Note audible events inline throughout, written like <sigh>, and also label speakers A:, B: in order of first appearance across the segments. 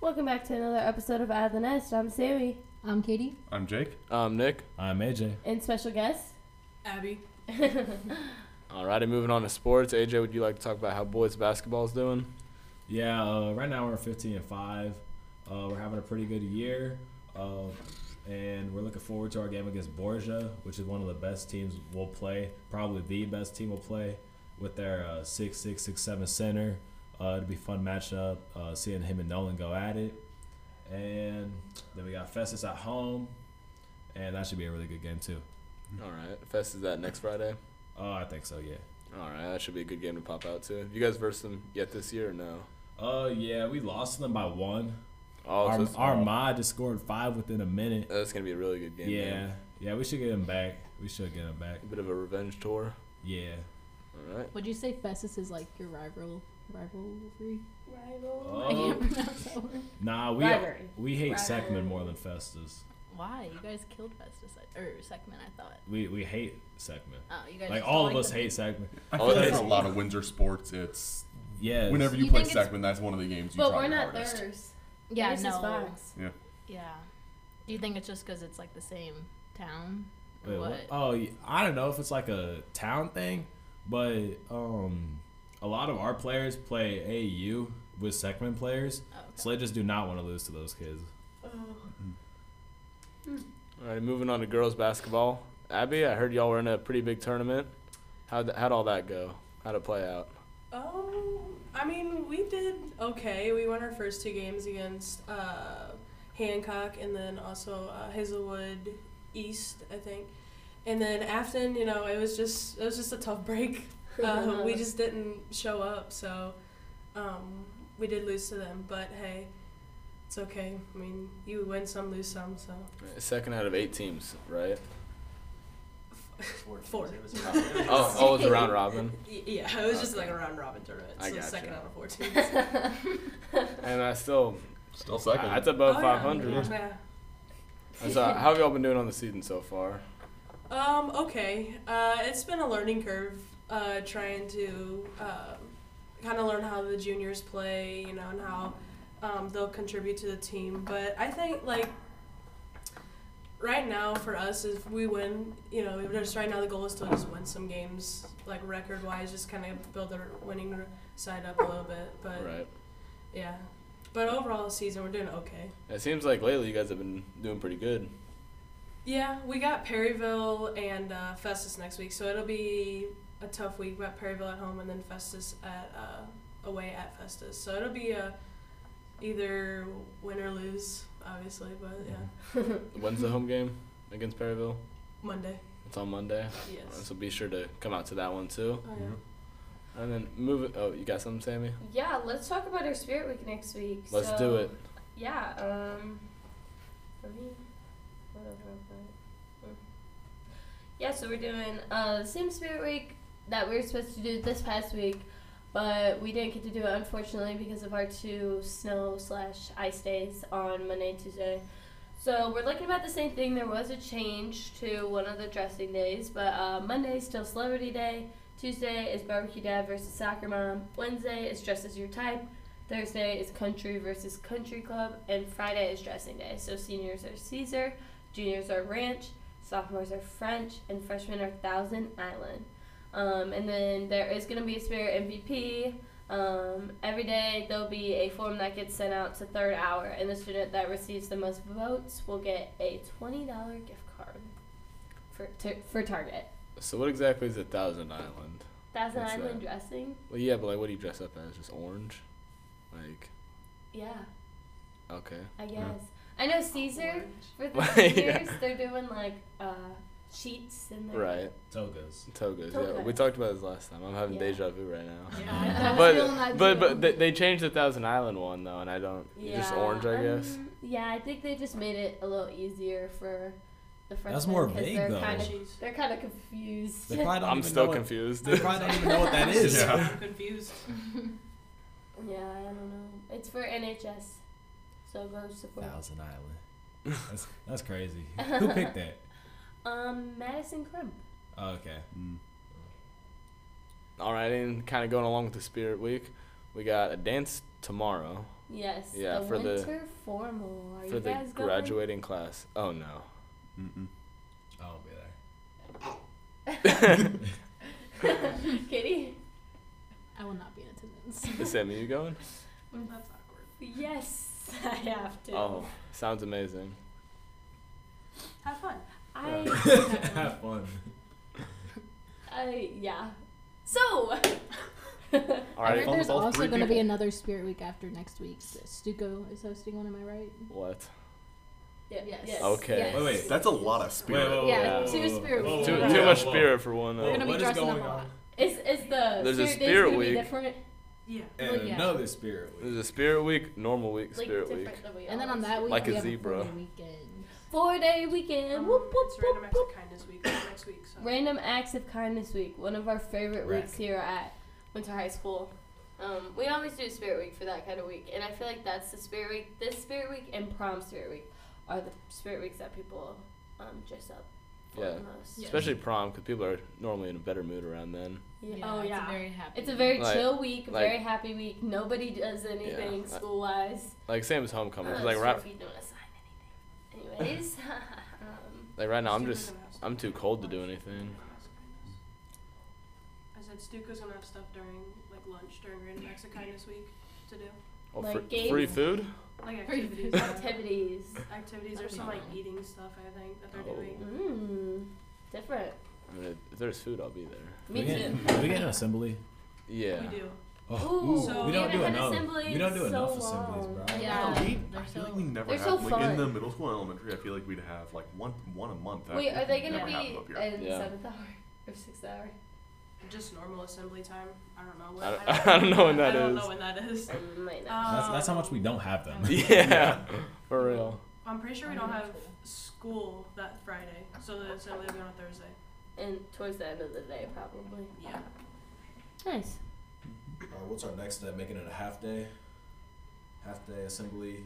A: Welcome back to another episode of Out of the Nest. I'm Sammy
B: I'm Katie.
C: I'm Jake.
D: Um, Nick.
E: I'm AJ.
A: and special guest.
B: Abby.
D: Alrighty, moving on to sports. AJ, would you like to talk about how boys basketball is doing?
E: Yeah, uh, right now we're 15 and five. Uh, we're having a pretty good year, uh, and we're looking forward to our game against Borgia, which is one of the best teams we'll play. Probably the best team we'll play with their uh, six six six seven center. Uh, it'll be a fun matchup. Uh, seeing him and Nolan go at it, and then we got Festus at home, and that should be a really good game too.
D: All right, Fest is that next Friday.
E: Oh, I think so. Yeah.
D: All right, that should be a good game to pop out to. Have you guys versed them yet this year or no?
E: Uh, yeah, we lost them by one.
D: Oh, so
E: Our,
D: it's-
E: Armad just scored five within a minute.
D: that's gonna be a really good game.
E: yeah.
D: man.
E: Yeah, we should get him back. We should get him back.
D: a bit of a revenge tour.
E: Yeah.
D: All right.
B: Would you say Festus is like your rival rivalry? I
E: Oh.
B: can't pronounce that word.
E: Nah, we
A: Rivalry.
E: we hate
A: Rivalry.
E: Sekman more than Festus.
B: Why? You guys killed Festus I- or Sekman, I thought.
E: We we hate Sekman.
B: Oh, you guys.
E: Like
B: just
E: all
B: don't
E: of us
B: the-
E: hate Sekman.
C: I
D: Oh,
C: feel like
D: it's-
C: for a lot of Windsor sports, it's
E: Yeah.
C: whenever you,
A: You
C: play
A: think it's-
C: Sekman, that's one of the games you
A: but
C: try
A: we're
C: your
A: not
C: hardest.
A: theirs.
B: Yeah,
A: Theirs is
B: no.
A: Fox.
B: Yeah. Do you think it's just because it's like the same town? Or
E: Wait,
B: what?
E: what? Oh, yeah, I don't know if it's like a town thing, but um, a lot of our players play AU with Sekman players,
B: Oh, okay.
E: so they just do not want to lose to those kids.
D: All right, moving on to girls basketball. Abby, I heard y'all were in a pretty big tournament. How'd, how'd all that go? How'd it play out?
F: Oh, I mean, we did okay. We won our first two games against uh, Hancock and then also uh, Hazelwood East, I think. And then Afton, you know, it was just it was just a tough break. Uh, we just didn't show up, so um, we did lose to them. But hey, it's okay. I mean, you win some, lose some. So
D: Second out of eight teams, right?
F: four.
D: <laughs> Oh, oh, it's a round robin.
F: Y- Yeah, it was just
D: Okay.
F: like a round robin tournament.
D: I
F: So
D: gotcha.
F: second out of four teams.
D: And I still,
C: Still second.
D: that's above
F: Oh, yeah.
D: 500.
F: Yeah.
D: And So, how have y'all been doing on the season so far?
F: Um, okay. Uh, it's been a learning curve uh, trying to um, kind of learn how the juniors play, you know, and how um, they'll contribute to the team. But I think, like, right now for us, if we win, you know, just right now the goal is to just win some games, like, record wise, just kind of build our winning side up a little bit. But,
D: Right.
F: yeah. But overall, season, we're doing okay.
D: It seems like lately you guys have been doing pretty good.
F: Yeah, we got Perryville and uh, Festus next week, so it'll be a tough week. We got Perryville at home and then Festus at uh, away at Festus, so it'll be a either win or lose, obviously. But yeah,
D: Mm-hmm. When's the home game against Perryville?
F: Monday,
D: It's on Monday.
F: yes.
D: So be sure to come out to that one too.
F: Oh, yeah.
D: And then move Oh, you got something, Sammy?
A: Yeah, let's talk about our Spirit Week next week.
D: Let's
A: So,
D: do it.
A: Yeah. Um. Let me. Whatever. but- mm. Yeah, so we're doing uh, the same Spirit Week that we were supposed to do this past week, but we didn't get to do it unfortunately because of our two snow slash ice days on Monday and Tuesday. So we're looking about the same thing. There was a change to one of the dressing days, but uh, Monday is still Celebrity Day. Tuesday is Barbecue Dad versus Soccer Mom. Wednesday is Dress as Your Type. Thursday is Country versus Country Club, and Friday is Dressing Day. So seniors are Caesar, juniors are Ranch, sophomores are French, and freshmen are Thousand Island. Um, and then there is going to be a Spirit MVP. Um, every day there'll be a form that gets sent out to third hour, and the student that receives the most votes will get a twenty dollar gift card for to, for Target.
D: So what exactly is a Thousand Island?
A: Thousand
D: What's
A: Island
D: that?
A: dressing,
D: Well, yeah, but like, what do you dress up as? Just orange? Like,
A: yeah,
D: okay.
A: I guess. I know Caesar for
D: <laughs>
A: the
D: Yeah.
A: seniors, they're doing like uh, sheets and their
D: Right.
E: Togas.
D: Togas. Yeah,
A: Togas.
D: we talked about this last time. I'm having
A: Yeah.
D: deja vu right <laughs> now.
B: Yeah, I was feeling that
D: But but
B: too.
D: but they, they changed the Thousand Island one though, and I don't. Just orange, I guess.
A: um, yeah, I think they just made it a little easier for the freshmen.
E: That's more
A: 'cause
E: vague,
A: they're
E: though.
A: Kind of,
F: Jeez.
D: <laughs>
A: they're kind of confused.
E: They probably don't
D: I'm
E: even
D: still
E: know what-
D: confused.
E: They probably don't even know what that is.
C: <laughs> Yeah.
F: I'm confused.
A: <laughs> yeah, I don't know. It's for NHS, so go support.
E: Thousand Island. That's, that's crazy. Who picked that?
A: Um, Madison Crump.
E: Oh, okay.
C: Mm.
D: All right, and kind of going along with the Spirit Week, we got a dance tomorrow.
A: Yes.
D: Yeah,
A: the
D: for the-
A: winter formal. Are
D: for
A: you
D: the
A: guys going?
D: graduating class.
A: <laughs>
D: Oh no.
C: Mm-mm.
E: I won't be there.
D: <laughs>
A: <laughs> Kitty.
B: I will not be in attendance.
D: Is Sammy you going?
A: That's awkward. Yes, <laughs> I have to.
D: Oh, sounds amazing.
F: Have fun.
A: I.
E: <laughs> Have fun.
A: I Uh, yeah. So. <laughs>
D: All right.
C: fun
B: there's
C: with all
B: also
C: three
B: going to be
C: people.
B: another Spirit Week after next week. Stuco is hosting one. Am I right?
D: What?
A: Yeah,
B: Yes.
A: yes.
D: Okay.
A: yes.
E: Wait, wait.
C: That's a lot of
E: Wait, wait,
C: spirit.
E: wait,
B: Yeah,
E: wait,
B: two
E: wait,
B: spirit
E: wait,
B: weeks.
D: Too,
E: wait,
D: too
E: whoa,
D: much
E: whoa.
D: spirit for one.
E: Whoa,
B: We're gonna
D: Uh,
B: be
E: what is
B: dressing
E: going
B: up a
E: on?
B: lot.
A: Is is the
D: There's a
A: spirit,
D: spirit
A: days gonna
D: week.
A: Be different,
F: Yeah.
E: And
B: Oh, Yeah.
E: another spirit week.
D: there's a spirit week, normal week,
A: like
D: spirit
A: different
D: week.
A: than we
B: And then
A: always
B: on that
A: do.
B: week,
D: Like a
B: we have
D: zebra.
B: A full weekend.
A: four day weekend.
F: Um,
A: whoop, whoop,
F: it's
A: whoop,
F: Random Acts
A: whoop.
F: of Kindness Week is next week. So.
A: Random acts of kindness week. One of our favorite
E: Rack.
A: weeks here at Winter High School. Um, we always do spirit week for that kind of week, and I feel like that's the spirit week. This spirit week and prom spirit week are the spirit weeks that people um, dress up for
D: Yeah.
A: the most.
B: Yeah.
D: Especially prom, because people are normally in a better mood around then.
A: Oh yeah.
B: It's a very happy.
A: It's a very
D: Like-
A: chill week,
D: like-
A: very happy week. Nobody does anything
D: like-
A: school wise.
D: Like Sam's homecoming.
A: Oh,
D: 'cause, like right,
A: you don't assign anything.
D: <laughs>
A: Anyways, <laughs> um,
D: like right now, I'm
F: Stuka's
D: just
F: gonna have stuff.
D: I'm too cold to do anything.
F: I said Stuka's gonna have stuff during like lunch during Random Acts of Kindness Week to do.
D: Oh,
A: Like
D: fr-
A: games.
D: free food?
F: Like
B: Free
F: activities.
B: food.
A: um, activities.
F: activities or some like eating stuff I think that they're
D: Oh.
F: doing.
A: Mmm, different.
D: I mean, if there's food, I'll be there.
A: Me
E: we
A: too.
E: Get, do we get an assembly. Oh.
D: Yeah.
A: <laughs>
D: <laughs>
F: We do.
A: Ooh,
F: So-
E: we don't
F: we haven't
E: do
A: had
E: enough.
A: assemblies
E: We don't do
A: in so
E: enough
A: long.
E: assemblies, bro.
B: Yeah.
C: No, we,
B: They're
C: I
B: so-
C: feel like we never
A: they're
C: have
A: so
C: like
A: fun.
C: in the middle school and elementary. I feel like we'd have like one one a month. I
A: Wait,
C: think
A: are they
C: we
A: gonna
C: never have them
A: be
C: up here.
A: in
D: Yeah.
A: seventh hour or sixth
D: <laughs>
A: hour?
F: Just normal assembly time. I don't know.
D: I don't- <laughs> I don't know when that
F: I don't
D: is.
F: know when
D: <laughs>
F: that is.
A: I might not.
E: That's, that's how much we don't have them.
D: Yeah. For real.
F: I'm pretty sure we don't have school that Friday, so the assembly will be on a Thursday.
A: and towards the end of the day, probably.
F: Yeah.
A: Nice.
E: Uh, what's our next step? Making it a half day. Half day assembly.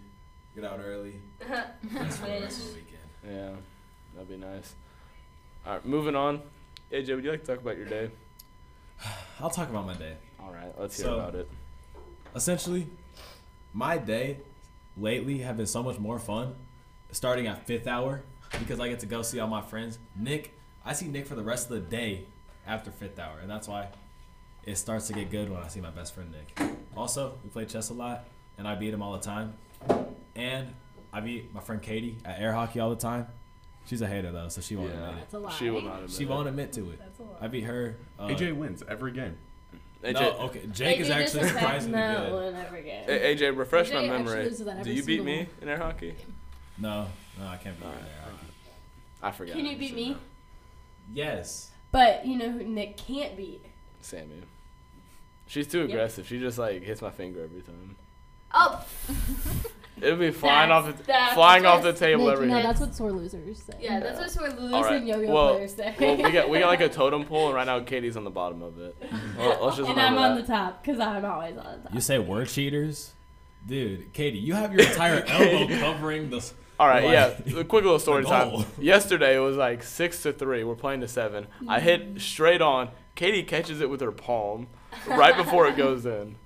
E: Get out early. Rest for the rest of the weekend.
D: Yeah. That'd be nice. All right, moving on. AJ, would you like to talk about your day?
E: I'll talk about my day.
D: All right, let's hear
E: So-
D: about it.
E: essentially, my day lately have been so much more fun starting at fifth hour because I get to go see all my friends. Nick, I see Nick for the rest of the day after fifth hour, and that's why it starts to get good when I see my best friend Nick. Also, we play chess a lot, and I beat him all the time. And I beat my friend Katie at air hockey all the time. She's a hater though, so she won't
D: Yeah.
E: admit
B: That's a lot.
D: She will not admit
E: it. She
D: it.
E: won't admit to it.
B: That's a
E: I
B: lot.
E: beat her. Uh,
C: AJ wins every game.
D: AJ,
E: no, okay. Jake is actually surprisingly
A: that
E: good.
A: one every game.
D: A- AJ, refresh
B: AJ
D: my
B: actually
D: memory.
B: loses that
D: Do
B: every
D: you beat
B: single-
D: me in air hockey?
E: No, no, I can't be
D: All
E: right
D: right,
E: there.
D: all right. I forgot.
A: Can you beat me?
E: Yes.
A: But you know who Nick can't beat.
D: Sammy. She's too
A: Yep.
D: aggressive. She just like hits my finger every time.
A: Oh,
D: It'd be flying
A: That's-
D: off the
A: that's
D: flying off the
A: just-
D: table
B: Nick,
D: every
B: no,
D: hit.
B: that's what sore losers say.
A: <laughs> yeah, that's what's we're losing
D: Alright,
A: yo-yo
D: well-
A: players there.
D: Well, we got we got
A: <laughs>
D: like a totem pole, and right now Katie's on the bottom of it. Well, let's just
A: and I'm
D: remember
A: on the
D: that.
A: top because I'm always on the top.
E: You say we're cheaters? Dude, Katie, you have
D: <laughs>
E: your entire elbow covering the. s-
D: All right,
E: Why?
D: yeah. A quick little story
E: The
D: time.
E: goal.
D: Yesterday it was like six to three. We're playing to seven. I hit straight on. Katie catches it with her palm right before it
A: <laughs>
D: goes in.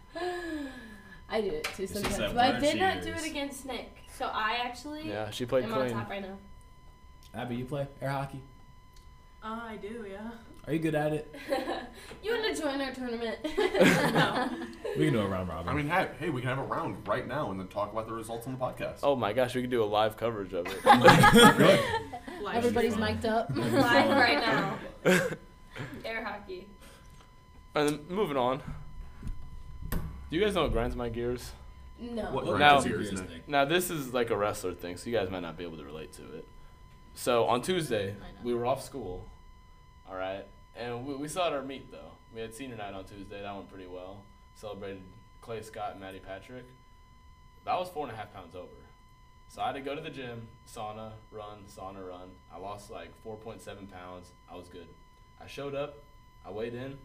A: I do it too
E: It's just
A: sometimes,
E: that
A: but I
E: word
A: did
E: she
A: not do
E: used.
A: it against Nick. So I actually
D: Yeah, she
A: am
D: played
A: on
D: clean.
A: top right now.
E: Abby, you play air hockey?
F: Uh, I do,
B: <laughs>
F: yeah.
E: Are you good at it?
A: You want to join our <laughs>
D: <laughs>
A: tournament?
E: We can do a round robin.
C: I mean, hey, hey, we can have a round right now and then talk about the results on the podcast.
D: Oh my gosh, we could do a live coverage of
A: <laughs>
D: it.
E: good.
F: Life.
B: Everybody's
E: That'd
B: mic'd up.
E: <laughs>
A: Live right
D: <laughs>
A: now. Air hockey.
D: And then moving on. Do you guys know what grinds my gears?
A: No.
C: What
E: Well,
D: Now-
C: grinds your gears, Nick?
D: Now this is like a wrestler thing, so you guys might not be able to relate to it. So on Tuesday,
B: I know.
D: we were off school, all right, and we, we saw our meet though. We had senior night on Tuesday. That went pretty well. Celebrated Clay Scott and Maddie Patrick. That was four and a half pounds over. So I had to go to the gym, sauna, run, sauna, run. I lost like 4.7 pounds. I was good. I showed up. I weighed in.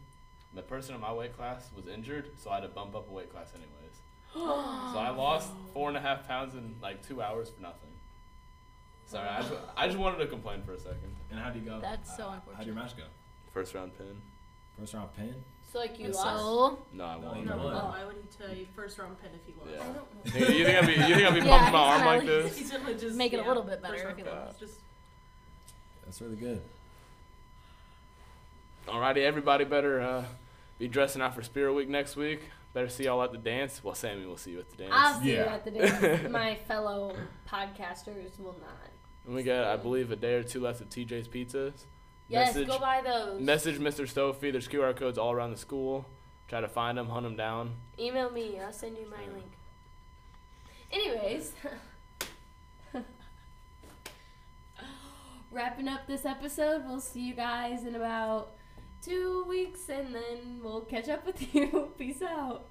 D: The person in my weight class was injured, so I had to bump up a weight class anyways. So I lost four and a half pounds in like two hours for nothing. Sorry, I just, I just wanted to complain for a second.
E: And how do you go?
B: That's so
E: How'd your
B: unfortunate.
E: match go?
D: First round pin?
E: First round pin?
A: So like you
B: So
A: lost.
D: No, I
E: No,
D: won't.
E: you
F: No,
E: won.
F: why would he tell you first round pin if he lost?
A: I
D: Yeah.
A: don't know.
F: <laughs>
D: You you think I'd be, you think
A: <laughs>
D: I'd be
B: Yeah,
D: pumping my
B: he's
D: arm
B: gonna
D: like this?
B: <laughs>
F: He's gonna just
B: Make it a
F: yeah,
B: little bit better
F: push
B: if you
F: up, uh,
B: look.
F: Just
E: That's really good.
D: Alrighty, everybody better uh, be dressing out for Spirit Week next week. Better see y'all at the dance. Well, Sammy will see you at the dance.
A: I'll see you
C: Yeah.
A: at the
D: <laughs>
A: dance. My fellow podcasters will not.
D: and we got, I believe, a day or two left of TJ's Pizzas.
A: Yes,
D: Message-
A: go buy those.
D: Message Mr. Sophie. There's QR codes all around the school. Try to find them, hunt them down.
A: Email me. I'll send you my link. Anyways, <laughs> wrapping up this episode. We'll see you guys in about two weeks, and then we'll catch up with you. <laughs> Peace out.